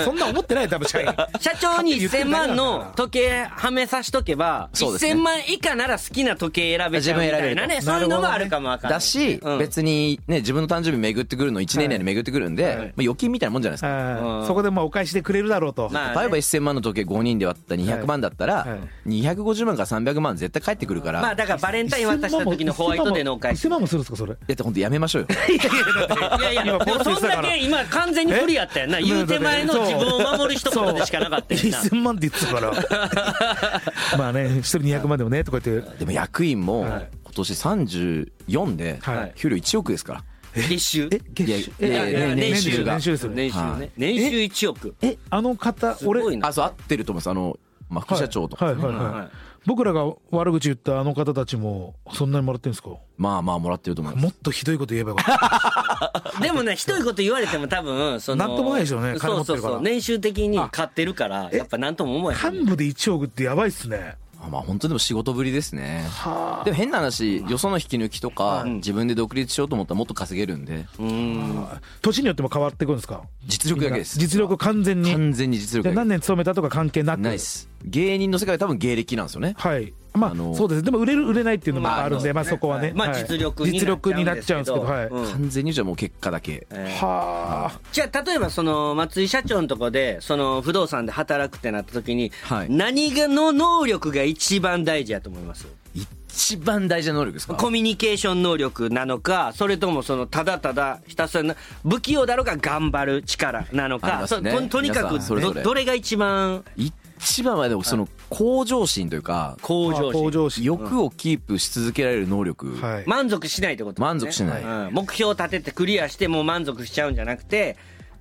[SPEAKER 2] そんな思ってない多分社 員
[SPEAKER 4] 社長に1000万の時計はめさしとけば、
[SPEAKER 3] そうですね
[SPEAKER 4] 1000万以下なら好きな時計選べちゃうみたいなね、
[SPEAKER 2] 自分
[SPEAKER 4] そ
[SPEAKER 2] 選
[SPEAKER 4] う
[SPEAKER 2] べると
[SPEAKER 4] いうのもあるかもわかんない。
[SPEAKER 3] だし、
[SPEAKER 4] うん
[SPEAKER 3] 別にね自分の誕生日巡ってくるの1年以内に巡ってくるんで、
[SPEAKER 2] い
[SPEAKER 3] まあ、預金みたいなもんじゃないですか
[SPEAKER 2] は
[SPEAKER 4] うん
[SPEAKER 2] いそこでまあお返しでくれるだろうと、
[SPEAKER 4] まあね
[SPEAKER 3] 例えば1000万の時計5人で割った200万だったら、
[SPEAKER 2] はいはい
[SPEAKER 3] 250万から300万絶対返ってくるから、
[SPEAKER 4] まあ、だからバレンタイン渡した時のホワイトデーのお返し。
[SPEAKER 2] 1000万もするんですかそれ
[SPEAKER 3] だって本当やめましょうよ
[SPEAKER 4] いやいや、で
[SPEAKER 2] 今ポロ
[SPEAKER 4] も
[SPEAKER 2] ッと
[SPEAKER 4] そ
[SPEAKER 2] 言
[SPEAKER 4] ん
[SPEAKER 2] ってた
[SPEAKER 4] だ
[SPEAKER 2] から
[SPEAKER 4] け今完全に不利やったやんな。
[SPEAKER 2] え
[SPEAKER 4] 言う手前の自分を守る一
[SPEAKER 2] そう
[SPEAKER 4] 言でしかなかったやんな。
[SPEAKER 2] 1000万って言ってたから まあね一人200万でもねとか言って
[SPEAKER 3] でも役員も
[SPEAKER 2] は
[SPEAKER 3] 今
[SPEAKER 2] い
[SPEAKER 3] 年34で
[SPEAKER 2] はい
[SPEAKER 3] 給料1億ですから、
[SPEAKER 4] 月収。
[SPEAKER 2] え月収
[SPEAKER 3] い
[SPEAKER 4] い
[SPEAKER 3] や
[SPEAKER 4] やいや
[SPEAKER 3] え
[SPEAKER 4] 年
[SPEAKER 3] 年
[SPEAKER 4] 収
[SPEAKER 3] 収
[SPEAKER 4] が。
[SPEAKER 2] 年収ですよね
[SPEAKER 4] 年収
[SPEAKER 3] はい
[SPEAKER 4] ね。年収1億。
[SPEAKER 2] えあの方
[SPEAKER 4] す
[SPEAKER 2] 俺
[SPEAKER 4] ごいな。
[SPEAKER 3] あそう合ってると思いますあの、まあ、副社長とか、
[SPEAKER 2] はいはいはいはい
[SPEAKER 4] はい
[SPEAKER 2] 僕らが悪口言ったあの方たちもそんなにもらってるんですか
[SPEAKER 3] まあまあもらってると思います
[SPEAKER 2] もっとひどいこと言えばよかった
[SPEAKER 4] でもね、ひどいこと言われても多分、その。
[SPEAKER 2] なんともないでしょうね金
[SPEAKER 4] そ
[SPEAKER 2] 持
[SPEAKER 4] う
[SPEAKER 2] って
[SPEAKER 4] そう
[SPEAKER 2] るから
[SPEAKER 4] そう。年収的に買ってるから、やっぱなんとも思え へん
[SPEAKER 2] 幹部で1億ってやばいっすね
[SPEAKER 3] あまあ本当でも仕事ぶりですねでも変な話よその引き抜きとか、自分で独立しようと思ったらもっと稼げるんで
[SPEAKER 2] 年によっても変わってくるんですか
[SPEAKER 3] 実力だけです
[SPEAKER 2] 実力完全に
[SPEAKER 3] 完全に実
[SPEAKER 2] じゃ
[SPEAKER 3] 力
[SPEAKER 2] あ何
[SPEAKER 3] だけ
[SPEAKER 2] 年勤めたとか関係なく
[SPEAKER 3] ないっす芸人の世界は多分芸歴なんですよね
[SPEAKER 2] はいまあ、
[SPEAKER 3] あの
[SPEAKER 2] そうですでも売れる売れないっていうのもあるんで、ま
[SPEAKER 4] ま
[SPEAKER 2] あ、
[SPEAKER 4] あ
[SPEAKER 2] そこはね、
[SPEAKER 4] まあ
[SPEAKER 2] はい
[SPEAKER 4] 実力に
[SPEAKER 2] 実力になっちゃうんですけどはい、
[SPEAKER 4] うん
[SPEAKER 3] 完全にじゃあもう結果だけ
[SPEAKER 2] はあ
[SPEAKER 4] じゃあ、例えばその、松井社長のとこで、その、不動産で働くってなった時に、
[SPEAKER 3] はい
[SPEAKER 4] 何がの能力が一番大事やと思います
[SPEAKER 3] 一番大事な能力ですか
[SPEAKER 4] コミュニケーション能力なのか、それともその、ただただひたすらな、不器用だろうが頑張る力なの
[SPEAKER 3] あり
[SPEAKER 4] か、
[SPEAKER 3] ますね
[SPEAKER 4] そうととにかく
[SPEAKER 3] 皆さんそれぞ
[SPEAKER 4] ど、
[SPEAKER 3] れ
[SPEAKER 4] どれが一番
[SPEAKER 3] 一番はでもその向上心というか
[SPEAKER 4] 向
[SPEAKER 2] 向
[SPEAKER 4] 上心
[SPEAKER 2] 上心
[SPEAKER 3] 欲をキープし続けられる能力
[SPEAKER 2] はい、
[SPEAKER 4] 満足しないってことですね
[SPEAKER 3] 満足しない
[SPEAKER 4] うん目標を立ててクリアしてもう満足しちゃうんじゃなくて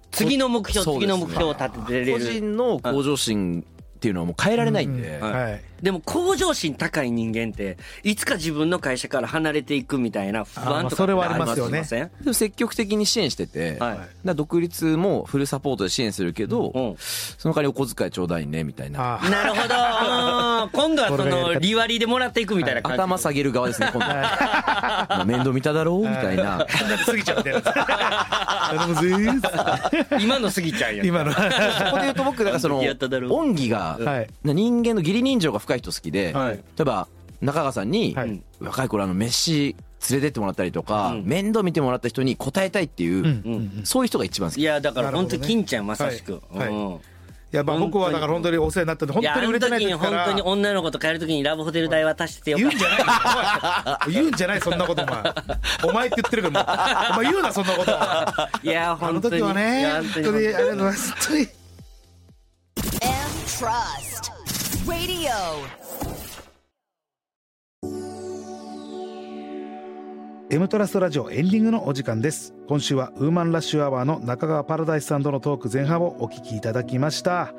[SPEAKER 4] 次の目標
[SPEAKER 3] そう
[SPEAKER 4] 次
[SPEAKER 3] ですね
[SPEAKER 4] の目標を立ててれ
[SPEAKER 3] 個
[SPEAKER 4] る
[SPEAKER 3] 人の向上心っていうのはもう変えられないんで
[SPEAKER 2] はい
[SPEAKER 4] でも向上心高い人間っていつか自分の会社から離れていくみたいな不
[SPEAKER 2] あーま
[SPEAKER 4] 安
[SPEAKER 2] あ
[SPEAKER 4] とか
[SPEAKER 2] それは
[SPEAKER 4] って
[SPEAKER 2] ありますよね
[SPEAKER 4] ません
[SPEAKER 3] でも積極的に支援してて、
[SPEAKER 4] はい
[SPEAKER 3] だから独立もフルサポートで支援するけど、
[SPEAKER 4] うん
[SPEAKER 3] その代わりお小遣いちょうだいねみたいな
[SPEAKER 2] あー
[SPEAKER 4] なる ほどあー今度はそ
[SPEAKER 2] これがやり
[SPEAKER 4] の
[SPEAKER 2] 方
[SPEAKER 4] 利割りでもらっていくみたいな感じ
[SPEAKER 3] 頭下げる側ですね今度まあ面倒見ただろうみたいな
[SPEAKER 2] 考えて過ぎちゃうみ たいな頼むぜー
[SPEAKER 4] 今のすぎちゃんや
[SPEAKER 2] 今の
[SPEAKER 3] そこで言うと僕だからその
[SPEAKER 4] やっただろう
[SPEAKER 3] 恩義が
[SPEAKER 2] はい
[SPEAKER 3] 人間の義理人情が深い人好きで、
[SPEAKER 2] はい
[SPEAKER 3] 例えば中川さんに
[SPEAKER 2] はい
[SPEAKER 3] 若い頃あの飯連れてってもらったりとか、
[SPEAKER 4] うん
[SPEAKER 3] 面倒見てもらった人に応えたいっていう、
[SPEAKER 2] うん
[SPEAKER 4] うん
[SPEAKER 3] そういう人が一番好
[SPEAKER 4] い
[SPEAKER 3] き。
[SPEAKER 4] やだから本
[SPEAKER 2] なるほど
[SPEAKER 4] 当
[SPEAKER 2] ね
[SPEAKER 4] 金ちゃんまさしく、
[SPEAKER 2] はい
[SPEAKER 4] うん
[SPEAKER 2] いやまあ僕はだから本当にお世話になったんで本
[SPEAKER 4] いや
[SPEAKER 2] 当に売れてない
[SPEAKER 4] あの
[SPEAKER 2] で
[SPEAKER 4] 時に
[SPEAKER 2] すか
[SPEAKER 4] 本当に
[SPEAKER 2] ら
[SPEAKER 4] 女の子と帰る時にラブホテル代渡しててよ
[SPEAKER 2] 言
[SPEAKER 4] か
[SPEAKER 2] うんじゃないお
[SPEAKER 4] った
[SPEAKER 2] い言うんじゃないそんなことお前お前って言ってるけどもうお前言うなそんなこと
[SPEAKER 4] いや
[SPEAKER 2] あの
[SPEAKER 4] 本当に
[SPEAKER 2] 時はいね
[SPEAKER 4] や
[SPEAKER 2] 本当にありがとうございます本当に
[SPEAKER 1] M Trust Radio.
[SPEAKER 2] M トラストラジオエンディングのお時間です今週はウーマンラッシュアワーの中川パラダイスさんとのトーク前半をお聞きいただきました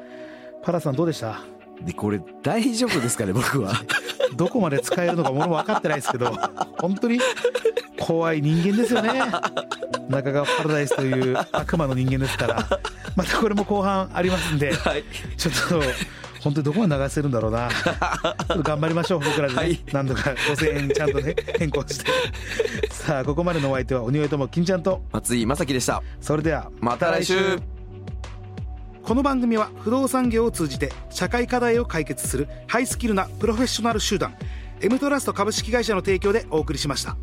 [SPEAKER 2] パラさんどうでした
[SPEAKER 3] でこれ大丈夫ですかね僕 は。
[SPEAKER 2] どこまで使えるのかもの分かってないですけど本当に怖い人間ですよね中川パラダイスという悪魔の人間ですからまたこれも後半ありますんで、ちょっと本当にどこまで流せるんだろうなちょっと頑張りましょう僕らでね、
[SPEAKER 3] はい
[SPEAKER 2] 何度か5000円ちゃんとね変更してさあここまでのお相手は鬼越とも金ちゃんと
[SPEAKER 3] 松井正樹でした。
[SPEAKER 2] それでは
[SPEAKER 3] また来週。
[SPEAKER 2] この番組は不動産業を通じて社会課題を解決するハイスキルなプロフェッショナル集団 M トラスト株式会社の提供でお送りしました。